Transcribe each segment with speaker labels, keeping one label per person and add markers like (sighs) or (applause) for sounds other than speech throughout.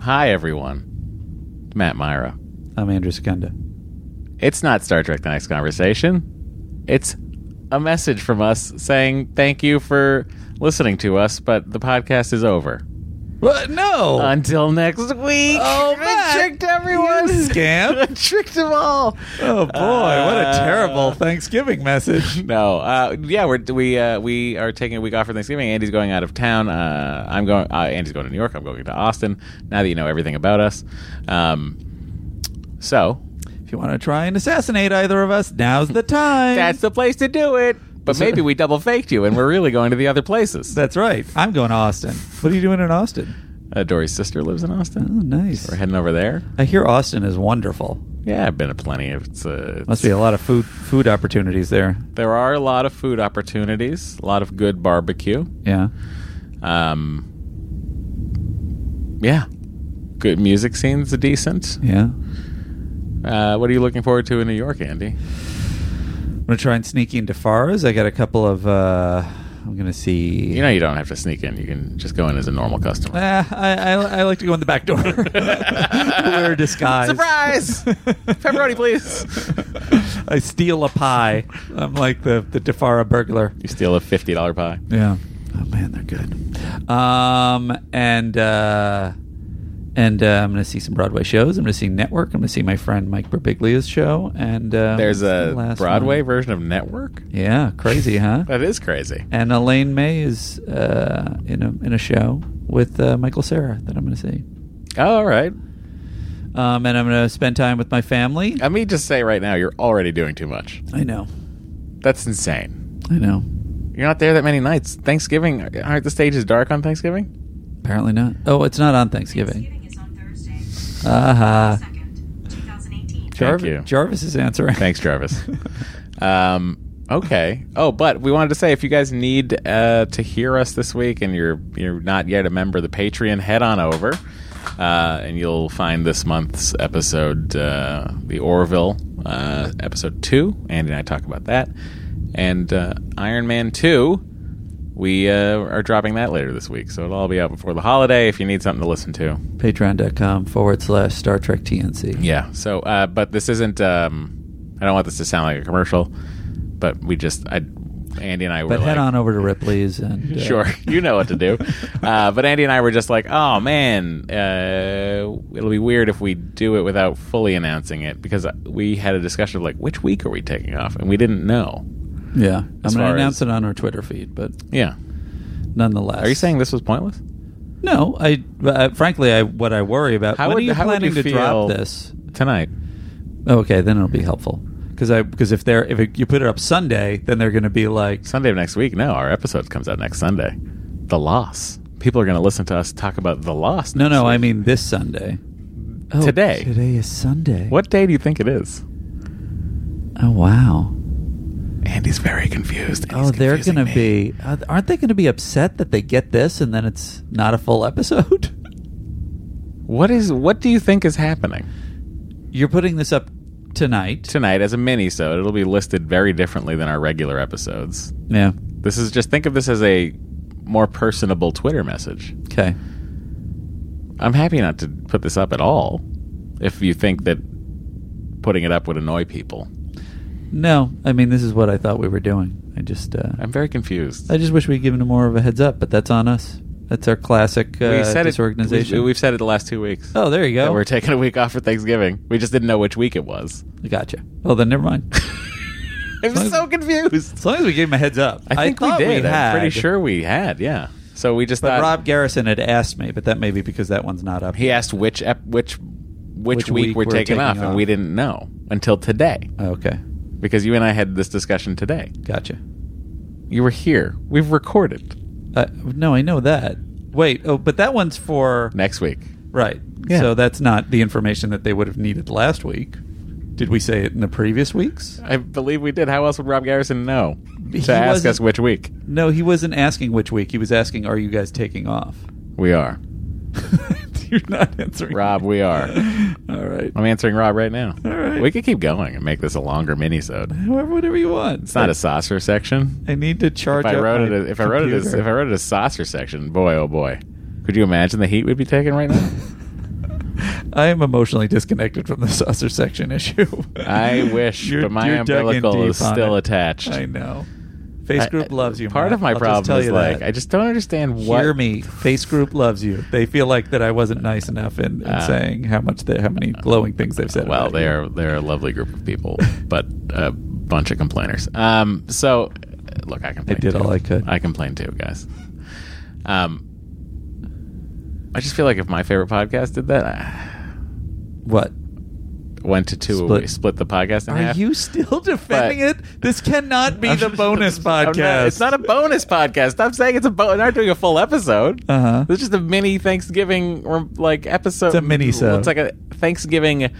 Speaker 1: Hi, everyone. Matt Myra.
Speaker 2: I'm Andrew Secunda.
Speaker 1: It's not Star Trek The Next Conversation. It's a message from us saying thank you for listening to us, but the podcast is over.
Speaker 2: What? No.
Speaker 1: Until next week.
Speaker 2: Oh,
Speaker 1: I
Speaker 2: Matt,
Speaker 1: tricked (laughs) everyone.
Speaker 2: you
Speaker 1: I
Speaker 2: scamp.
Speaker 1: tricked them all.
Speaker 2: Oh boy, what a
Speaker 1: Uh,
Speaker 2: terrible Thanksgiving message.
Speaker 1: No, uh, yeah, we're, we uh, we are taking a week off for Thanksgiving. Andy's going out of town. Uh, I'm going. Uh, Andy's going to New York. I'm going to Austin. Now that you know everything about us, um, so
Speaker 2: If you want to try and assassinate either of us, now's the
Speaker 1: (laughs)
Speaker 2: time.
Speaker 1: that's the place to do it. But
Speaker 2: So-
Speaker 1: maybe we double faked you, and we're really going to the other (laughs) places.
Speaker 2: That's right. I'm going to Austin. What are you doing in Austin?
Speaker 1: Uh, Dory's sister lives in Austin.
Speaker 2: Oh, nice.
Speaker 1: We're heading over there.
Speaker 2: I hear Austin is wonderful.
Speaker 1: Yeah, I've been to plenty of. It's, uh,
Speaker 2: Must be a lot of food food opportunities there.
Speaker 1: There are a lot of food opportunities. A lot of good barbecue.
Speaker 2: Yeah.
Speaker 1: Um, yeah, good music scenes, are decent.
Speaker 2: Yeah.
Speaker 1: Uh, what are you looking forward to in New York, Andy?
Speaker 2: I'm gonna try and sneak into Farah's. I got a couple of. uh I'm gonna see.
Speaker 1: You know, you don't have to sneak in. You can just go in as a normal customer.
Speaker 2: Ah, I, I, I like to go in the
Speaker 1: (laughs)
Speaker 2: back door. Wear a disguise.
Speaker 1: Surprise! Pepperoni, please.
Speaker 2: I steal a pie. I'm like the the Defara burglar.
Speaker 1: You steal a fifty dollar pie.
Speaker 2: Yeah. Oh man, they're good. Um and uh and uh, I'm going to see some Broadway shows. I'm going to see Network. I'm going to see my friend Mike Birbiglia's show. And um,
Speaker 1: There's a
Speaker 2: the last
Speaker 1: Broadway
Speaker 2: one.
Speaker 1: version of Network.
Speaker 2: Yeah, crazy, huh?
Speaker 1: That is crazy.
Speaker 2: and Elaine May is uh, in a in a show with uh, Michael Sarah that I'm going to see.
Speaker 1: Oh, all right.
Speaker 2: Um, and I'm going to spend time with my family.
Speaker 1: Let me just say right now, you're already doing too much.
Speaker 2: I know,
Speaker 1: That's insane.
Speaker 2: I know.
Speaker 1: You're not there that many nights. Thanksgiving, aren't the stages dark on Thanksgiving?
Speaker 2: Apparently not. Oh, it's not on Thanksgiving.
Speaker 3: Thanksgiving is on Thursday,
Speaker 2: Uh-huh.
Speaker 3: 2nd, 2018.
Speaker 1: Thank you.
Speaker 2: Jarvis is answering. Uh,
Speaker 1: Thanks,
Speaker 2: (laughs)
Speaker 1: Jarvis. um, okay. Oh, but we wanted to say if you guys need uh, to hear us this week and you're you're not yet a member of the Patreon, head on over uh, and you'll find this month's episode, uh, the Orville uh, episode two. Andy and I talk about that, and uh, Iron Man two. We uh, are dropping that later this week, so it'll all be out before the holiday. If you need something to listen to,
Speaker 2: Patreon.com forward slash Star Trek TNC.
Speaker 1: yeah. So, uh, but this isn't. Um, I don't want this to sound like a commercial, but we just, I, Andy and I were
Speaker 2: But
Speaker 1: like,
Speaker 2: head on over to Ripley's and uh,
Speaker 1: Sure, (laughs) you know what to
Speaker 2: (laughs)
Speaker 1: do. uh, but Andy and I were just like, oh man, uh, it'll be weird if we do it without fully announcing it because we had a discussion of like, which week are we taking off, and we didn't know.
Speaker 2: Yeah, I'm
Speaker 1: As
Speaker 2: going to
Speaker 1: far
Speaker 2: announce
Speaker 1: as-
Speaker 2: it on our Twitter feed, but
Speaker 1: Yeah.
Speaker 2: nonetheless,
Speaker 1: Are you saying this was pointless?
Speaker 2: no? I uh, frankly, I what I worry about.
Speaker 1: How
Speaker 2: when
Speaker 1: would-
Speaker 2: are you
Speaker 1: how would
Speaker 2: planning
Speaker 1: you
Speaker 2: to
Speaker 1: feel-
Speaker 2: drop this? Oh,
Speaker 1: Tonight.
Speaker 2: Okay, then it'll be helpful because I because if they're if it, you put it up Sunday, then they're going to be like,
Speaker 1: Sunday of next week. No, our episode comes out next Sunday. The loss. People are going to listen to us talk about the loss.
Speaker 2: no,
Speaker 1: next
Speaker 2: no,
Speaker 1: week.
Speaker 2: I mean this Sunday. Oh,
Speaker 1: Today.
Speaker 2: today is Sunday.
Speaker 1: What day do you think it is?
Speaker 2: Oh wow.
Speaker 1: Andy's very confused. and
Speaker 2: Oh,
Speaker 1: he's
Speaker 2: they're
Speaker 1: confusing
Speaker 2: going to
Speaker 1: me.
Speaker 2: be. Uh, aren't they going to be upset that they get this and then it's not a full episode? (laughs)
Speaker 1: What is? What do you think is happening
Speaker 2: You're putting this up tonight.
Speaker 1: tonight as a mini? So it'll be listed very differently than our regular episodes.
Speaker 2: Yeah.
Speaker 1: This is just think of this as a more personable Twitter message.
Speaker 2: Okay.
Speaker 1: I'm happy not to put this up at all. If you think that putting it up would annoy people,
Speaker 2: No, I mean this is what I thought we were doing. I just, uh,
Speaker 1: I'm very confused.
Speaker 2: I just wish we'd given them more of a heads up, but that's on us. That's our classic uh, disorganization.
Speaker 1: It, we- we've said it the last two weeks.
Speaker 2: oh, there you
Speaker 1: that
Speaker 2: go.
Speaker 1: we're taking a week off for Thanksgiving. We just didn't know which week it was.
Speaker 2: gotcha. Well, then never (laughs) mind.
Speaker 1: I'm so confused.
Speaker 2: as long as we gave them a heads up,
Speaker 1: I think we
Speaker 2: thought
Speaker 1: did.
Speaker 2: had,
Speaker 1: I'm pretty sure we had. Yeah. So we just
Speaker 2: But
Speaker 1: thought
Speaker 2: Rob Garrison had asked me, but that may be because that one's not up.
Speaker 1: he asked which ep- which which,
Speaker 2: Which
Speaker 1: week,
Speaker 2: week
Speaker 1: we're,
Speaker 2: we're
Speaker 1: taking,
Speaker 2: taking
Speaker 1: off, and
Speaker 2: off.
Speaker 1: we didn't know until today
Speaker 2: okay,
Speaker 1: because you and I had this discussion today.
Speaker 2: gotcha.
Speaker 1: You were here. We've recorded
Speaker 2: Uh, no, I know that. Wait, oh, but that one's for
Speaker 1: next week.
Speaker 2: right.
Speaker 1: Yeah.
Speaker 2: So that's not the information that they would have needed last week. Did we say it in the previous weeks?
Speaker 1: I believe we did. How else would Rob Garrison know to
Speaker 2: He
Speaker 1: ask
Speaker 2: wasn't-
Speaker 1: us which week
Speaker 2: No, he wasn't asking which week. He was asking, "Are you guys taking off?" (laughs)
Speaker 1: we are?
Speaker 2: You're not answering,
Speaker 1: Rob, we are.
Speaker 2: (laughs) All right,
Speaker 1: I'm answering Rob right now.
Speaker 2: All right.
Speaker 1: We could keep going and make this a longer minisode.
Speaker 2: however, whatever you want.
Speaker 1: It's not a saucer section.
Speaker 2: I need to charge.
Speaker 1: If I
Speaker 2: up
Speaker 1: wrote it,
Speaker 2: my
Speaker 1: as- if I wrote it, as,
Speaker 2: computer. (laughs)
Speaker 1: if I wrote it as saucer section, boy, oh boy, could you imagine the heat we'd be taking right now?
Speaker 2: I am emotionally disconnected from the saucer section issue.
Speaker 1: I wish,
Speaker 2: You're-
Speaker 1: but my
Speaker 2: you're dug in
Speaker 1: umbilical
Speaker 2: deep
Speaker 1: is
Speaker 2: on
Speaker 1: still
Speaker 2: it.
Speaker 1: attached.
Speaker 2: I know. Face
Speaker 1: I-
Speaker 2: group loves you.
Speaker 1: Part
Speaker 2: Matt.
Speaker 1: of my
Speaker 2: I'll just
Speaker 1: problem
Speaker 2: tell
Speaker 1: is
Speaker 2: you
Speaker 1: like
Speaker 2: that.
Speaker 1: I just don't understand what.
Speaker 2: Hear me. Face group loves you. They feel like that I wasn't nice enough in, in
Speaker 1: Ah.
Speaker 2: saying how much they, how many glowing things they've said.
Speaker 1: Well,
Speaker 2: about you.
Speaker 1: they are they're a lovely group of
Speaker 2: (laughs)
Speaker 1: people, but a bunch of complainers. Um, so uh, look, I complain.
Speaker 2: did
Speaker 1: too.
Speaker 2: all I could.
Speaker 1: I complain too, guys. Um, I just feel like if my favorite podcast did that, I
Speaker 2: What?
Speaker 1: went to two,
Speaker 2: Split.
Speaker 1: we split the podcast in
Speaker 2: Are
Speaker 1: half.
Speaker 2: you still defending
Speaker 1: But-
Speaker 2: it? This cannot be
Speaker 1: I'm (laughs)
Speaker 2: the
Speaker 1: just-
Speaker 2: bonus
Speaker 1: I'm not-
Speaker 2: podcast.
Speaker 1: it's not a bonus podcast. I'm saying it's a bonus. We're not doing a full episode.
Speaker 2: Uh-huh.
Speaker 1: It's just a mini Thanksgiving um, like episode.
Speaker 2: It's a mini-sode.
Speaker 1: It's like a Thanksgiving.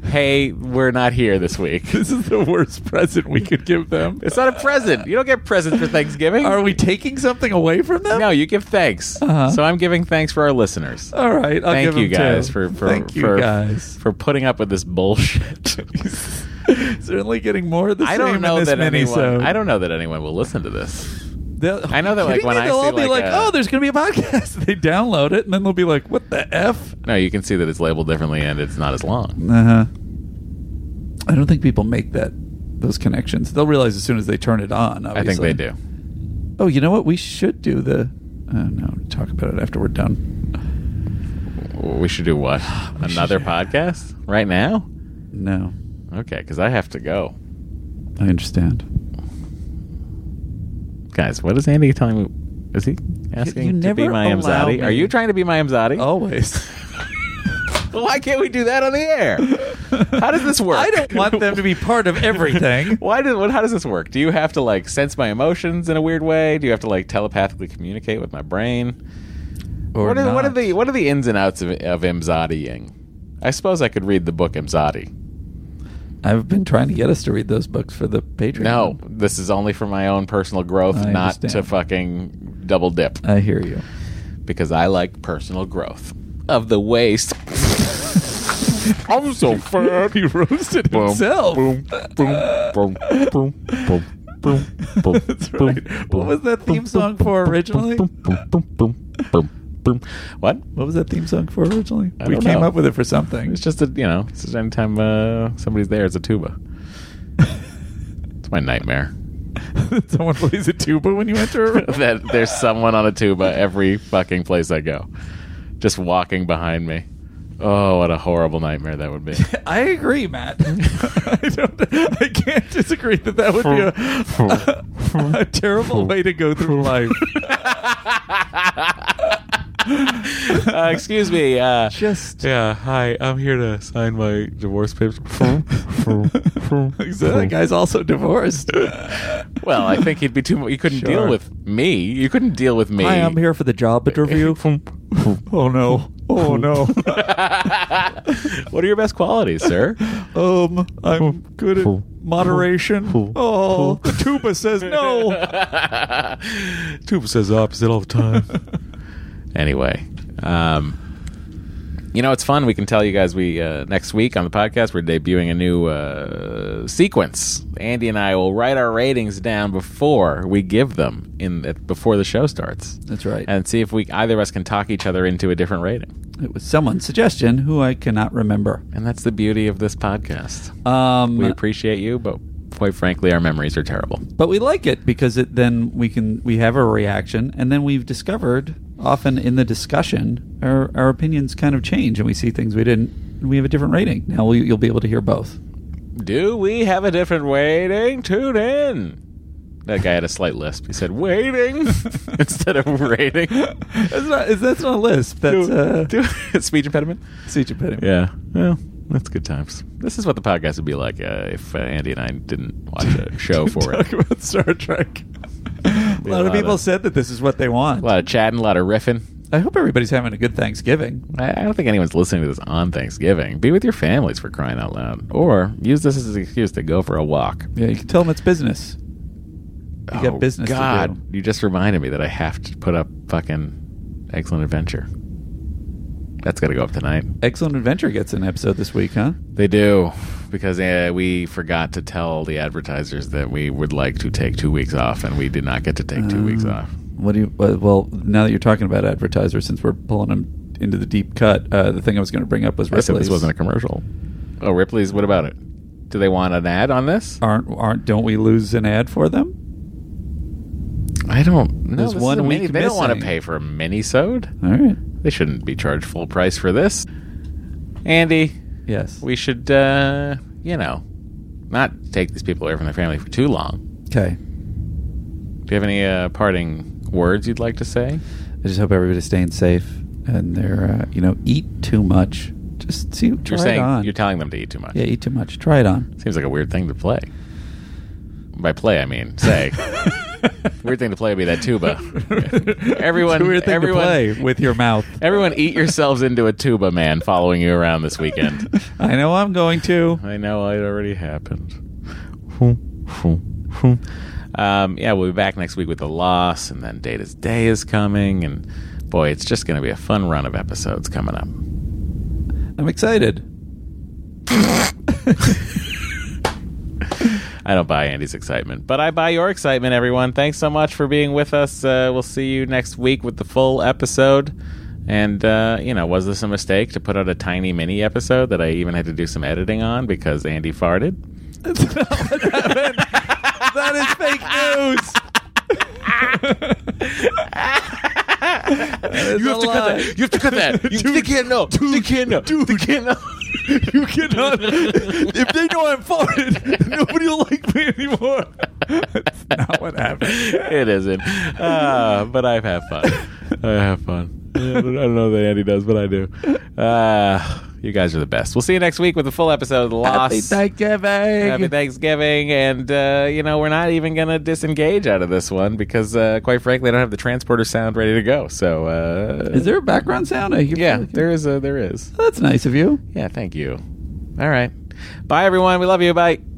Speaker 1: Hey, we're not here this week.
Speaker 2: (laughs) This is the worst present we could give them.
Speaker 1: It's not a present. You don't get presents for Thanksgiving.
Speaker 2: Are we taking something away from them?
Speaker 1: No, you give thanks.
Speaker 2: Uh-huh.
Speaker 1: So I'm giving thanks for our listeners.
Speaker 2: All right. I'll
Speaker 1: Thank
Speaker 2: give
Speaker 1: you
Speaker 2: them
Speaker 1: guys
Speaker 2: two.
Speaker 1: for for
Speaker 2: Thank you
Speaker 1: for,
Speaker 2: guys.
Speaker 1: for putting up with this
Speaker 2: (laughs)
Speaker 1: bullshit.
Speaker 2: Certainly getting more of the
Speaker 1: I
Speaker 2: same
Speaker 1: don't know
Speaker 2: in this
Speaker 1: that
Speaker 2: mini
Speaker 1: anyone. I don't know that anyone will listen to this. I know that, like, when I
Speaker 2: they'll all
Speaker 1: see,
Speaker 2: be
Speaker 1: like,
Speaker 2: like,
Speaker 1: a-
Speaker 2: "Oh, there's going to be a podcast." (laughs) they download it and then they'll be like, "What the f?"
Speaker 1: No, you can see that it's labeled differently and it's not as long.
Speaker 2: Uh huh. I don't think people make that those connections. They'll realize as soon as they turn it on.
Speaker 1: I think
Speaker 2: Obviously.
Speaker 1: they do.
Speaker 2: Oh, you know what? We should do the. Oh no, talk about it after we're done.
Speaker 1: We should do what?
Speaker 2: (sighs) We
Speaker 1: Another
Speaker 2: should-
Speaker 1: podcast right now?
Speaker 2: No,
Speaker 1: Okay, because I have to go.
Speaker 2: I understand.
Speaker 1: Guys, what is Andy telling me? Is he asking
Speaker 2: you
Speaker 1: to be
Speaker 2: never
Speaker 1: my
Speaker 2: allow
Speaker 1: Amzadi?
Speaker 2: me- Oh.
Speaker 1: Are you trying to be my Amzadi?
Speaker 2: Always.
Speaker 1: (laughs) Why can't we do that on the air? How does this work?
Speaker 2: I don't want them to be part of everything.
Speaker 1: (laughs) Why does what? How does this work? Do you have to like sense my emotions in a weird way? Do you have to like telepathically communicate with my brain?
Speaker 2: Or
Speaker 1: what, are, what are
Speaker 2: not.
Speaker 1: the what are the ins and outs of, of Imzadiing? I suppose I could read the book Imzadi.
Speaker 2: I've been trying to get us to read those books for the Patreon.
Speaker 1: No, this is only for my own personal growth,
Speaker 2: I
Speaker 1: not to
Speaker 2: understand. Uh,
Speaker 1: fucking double dip
Speaker 2: I hear you.
Speaker 1: because I like personal growth of the
Speaker 2: (laughs)
Speaker 1: waist. (laughs) I'm so fat.
Speaker 2: he roasted
Speaker 1: Boom,
Speaker 2: himself.
Speaker 1: boom, boom, boom, boom, boom, boom, boom,
Speaker 2: (laughs) That's
Speaker 1: boom,
Speaker 2: right.
Speaker 1: boom,
Speaker 2: What was that
Speaker 1: boom,
Speaker 2: theme song for originally?
Speaker 1: boom, boom, boom, boom, boom, boom. What?
Speaker 2: What was that theme song for originally?
Speaker 1: I
Speaker 2: we
Speaker 1: don't
Speaker 2: came
Speaker 1: know.
Speaker 2: up with it for something.
Speaker 1: It's just a you know, it's just anytime uh, somebody's there, it's a tuba.
Speaker 2: (laughs)
Speaker 1: It's my nightmare.
Speaker 2: someone plays a tuba when (laughs) you enter a room.
Speaker 1: (laughs) that there's someone on a tuba every fucking place I go, just walking behind me. Oh, what a horrible nightmare that would be.
Speaker 2: (laughs) (laughs) I agree, Matt. (laughs) I don't. I can't disagree that that would be a, (laughs) a terrible way to go through life.
Speaker 1: (laughs) Uh, excuse me. Uh,
Speaker 2: Just (laughs)
Speaker 1: yeah. Hi, I'm here to sign my divorce (laughs) papers. (laughs)
Speaker 2: that guy's also divorced.
Speaker 1: Well, I think he'd be too. You couldn't
Speaker 2: Sure.
Speaker 1: deal with me. You couldn't deal with me.
Speaker 2: Hi, I'm here for (laughs) the job interview. oh no! Oh no!
Speaker 1: (laughs) (laughs) what are your best qualities,
Speaker 2: (laughs)
Speaker 1: sir?
Speaker 2: Um, I'm good at moderation. Oh, the tuba
Speaker 1: (laughs)
Speaker 2: says no.
Speaker 1: Tuba says opposite all the time. (laughs) anyway, um, you know it's fun. We can tell you guys we uh, next week on the podcast we're debuting a new uh, sequence. Andy and I will write our ratings down before we give them in before the show starts,
Speaker 2: (laughs) That's right.
Speaker 1: and see if we either of us can talk each other into a different rating.
Speaker 2: It was someone's suggestion who I cannot remember.
Speaker 1: And that's the beauty of this podcast.
Speaker 2: Um,
Speaker 1: We appreciate you, but quite frankly, our memories are terrible.
Speaker 2: but we like it because it then we can we have a reaction, and then we've discovered often in the discussion our our opinions kind of change, and we see things we didn't. and We have a different rating now. We, you'll be able to hear both.
Speaker 1: Do we have a different waiting? Tune in. That guy had a slight lisp. He said waiting (laughs) instead of rating.
Speaker 2: That's not, is- that's not a lisp. That's uh,
Speaker 1: Do- (laughs) speech impediment.
Speaker 2: speech impediment.
Speaker 1: Yeah. Well, that's good times. This is what the podcast would be like uh, if uh, Andy and I didn't watch
Speaker 2: (laughs)
Speaker 1: a show for
Speaker 2: Talk
Speaker 1: it.
Speaker 2: about Star
Speaker 1: (laughs)
Speaker 2: Trek. a
Speaker 1: Be
Speaker 2: lot of people said that this is what they want.
Speaker 1: a lot of chatting, a lot of riffing.
Speaker 2: I hope everybody's having a good Thanksgiving.
Speaker 1: I, I don't think anyone's listening to this on Thanksgiving. Be with your families for crying out loud, or use this as an excuse to go for a walk.
Speaker 2: Yeah, you can tell them it's business. You got business to
Speaker 1: Oh, God,
Speaker 2: do.
Speaker 1: you just reminded me that I have to put up fucking excellent adventure. That's got to go up tonight.
Speaker 2: Excellent Adventure gets an episode this week, huh?
Speaker 1: They do because uh, we forgot to tell the advertisers that we would like to take two weeks off, and we did
Speaker 2: Um,
Speaker 1: not get to take two weeks off.
Speaker 2: uh, What do you? uh, Well, now that you're talking about advertisers, since we're pulling them into the deep cut, uh, the thing I was going to bring up was
Speaker 1: I said
Speaker 2: Ripley's.
Speaker 1: this wasn't a commercial. Oh, Ripley's. What about it? Do they want an ad on this?
Speaker 2: aren't aren't don't we lose an ad for them?
Speaker 1: I don't. know.
Speaker 2: There's
Speaker 1: this is
Speaker 2: one
Speaker 1: a mini-
Speaker 2: week
Speaker 1: They don't want to
Speaker 2: missing.
Speaker 1: pay for a minisode.
Speaker 2: All right.
Speaker 1: They shouldn't be charged full price for this. Andy,
Speaker 2: Yes.
Speaker 1: we should, uh, you know, not take these people away from their family for too long.
Speaker 2: Okay.
Speaker 1: Do you have any uh, parting words you'd like to say?
Speaker 2: I just hope everybody's staying safe and they're uh, you know eat too much. Just see, try
Speaker 1: you're saying
Speaker 2: it on.
Speaker 1: you're telling them to eat too much.
Speaker 2: yeah, eat too much. Try it on.
Speaker 1: Seems like a weird thing to play. By play, I mean
Speaker 2: (laughs)
Speaker 1: say. weird thing to play would be that tuba. everyone,
Speaker 2: It's a weird thing
Speaker 1: everyone,
Speaker 2: to play with your mouth.
Speaker 1: (laughs) Everyone, eat yourselves into a tuba man following you around this weekend.
Speaker 2: (laughs) I know I'm going to.
Speaker 1: (laughs) I know it already happened. Um, yeah, we'll be back next week with the loss, and then Data's Day is coming, and boy, it's just going to be a fun run of episodes coming up.
Speaker 2: I'm excited.
Speaker 1: I don't buy Andy's excitement, but I buy your excitement, everyone. Thanks so much for being with us. Uh, we'll see you next week with the full episode. And, uh, you know, was this a mistake to put out a tiny mini episode that I even had to do some editing on because Andy (laughs) farted?
Speaker 2: That is fake news.
Speaker 1: You have, to cut that. you have to cut (laughs)
Speaker 2: (laughs)
Speaker 1: that. You they can't know. they can't know. They can't know. (laughs)
Speaker 2: You cannot. if they know I'm farted, (laughs) nobody will like me anymore. (laughs) That's not what happened.
Speaker 1: it isn't. Uh, but I've had fun. I have fun. I don't I don't know that Andy does, but I do. Uh, you guys are the best. We'll see you next week with a full episode of The Lost.
Speaker 2: Happy Thanksgiving.
Speaker 1: Happy Thanksgiving, and uh, you know we're not even gonna disengage out of this one because, uh, quite frankly, I don't have the transporter sound ready to go. So, uh,
Speaker 2: Is there a background sound? I hear
Speaker 1: yeah, there is. A, there is.
Speaker 2: Oh, That's nice of you.
Speaker 1: Yeah, thank you. All right, bye everyone. We love you. Bye.